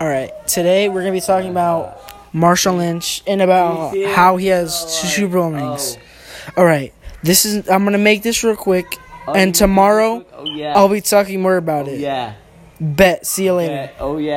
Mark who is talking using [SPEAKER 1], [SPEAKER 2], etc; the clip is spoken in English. [SPEAKER 1] All right, today we're gonna be talking about Marshall Lynch and about how he has two rulings. All right, this is I'm gonna make this real quick, and tomorrow
[SPEAKER 2] Oh yeah.
[SPEAKER 1] I'll be talking more about
[SPEAKER 2] Oh
[SPEAKER 1] it.
[SPEAKER 2] yeah.
[SPEAKER 1] Bet. See you later.
[SPEAKER 2] Yeah. Oh yeah.